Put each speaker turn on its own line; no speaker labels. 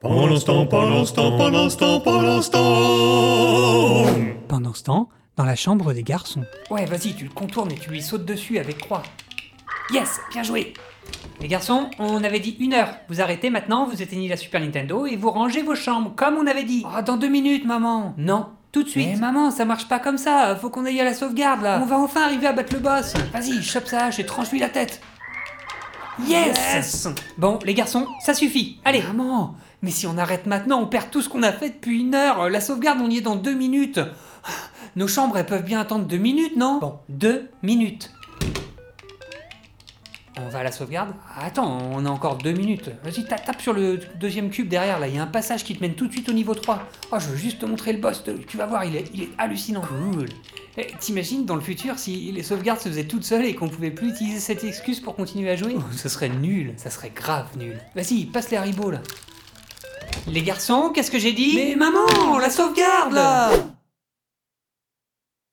Pendant ce temps, pendant ce temps, pendant ce temps, pendant ce temps
Pendant ce temps, dans la chambre des garçons.
Ouais, vas-y, tu le contournes et tu lui sautes dessus avec croix. Yes, bien joué Les garçons, on avait dit une heure. Vous arrêtez maintenant, vous éteignez la Super Nintendo et vous rangez vos chambres, comme on avait dit. Ah, dans deux minutes, maman Non, tout de suite. Mais maman, ça marche pas comme ça, faut qu'on aille à la sauvegarde, là. On va enfin arriver à battre le boss. Vas-y, chope sa hache et tranche-lui la tête. Yes, Bon, les garçons, ça suffit. Allez Maman Mais si on arrête maintenant, on perd tout ce qu'on a fait depuis une heure. La sauvegarde, on y est dans deux minutes. Nos chambres, elles peuvent bien attendre deux minutes, non Bon, deux minutes. On va à la sauvegarde Attends, on a encore deux minutes. Vas-y, ta- tape sur le deuxième cube derrière, là. Il y a un passage qui te mène tout de suite au niveau 3. Oh, je veux juste te montrer le boss. te- Tu vas voir, il est, il est hallucinant. Cool. T'imagines dans le futur si les sauvegardes se faisaient toutes seules et qu'on pouvait plus utiliser cette excuse pour continuer à jouer Oh, Ce serait nul. Ça serait grave nul. Vas-y, passe les haribots, là. Les garçons, qu'est-ce que j'ai dit Mais maman, la sauvegarde, là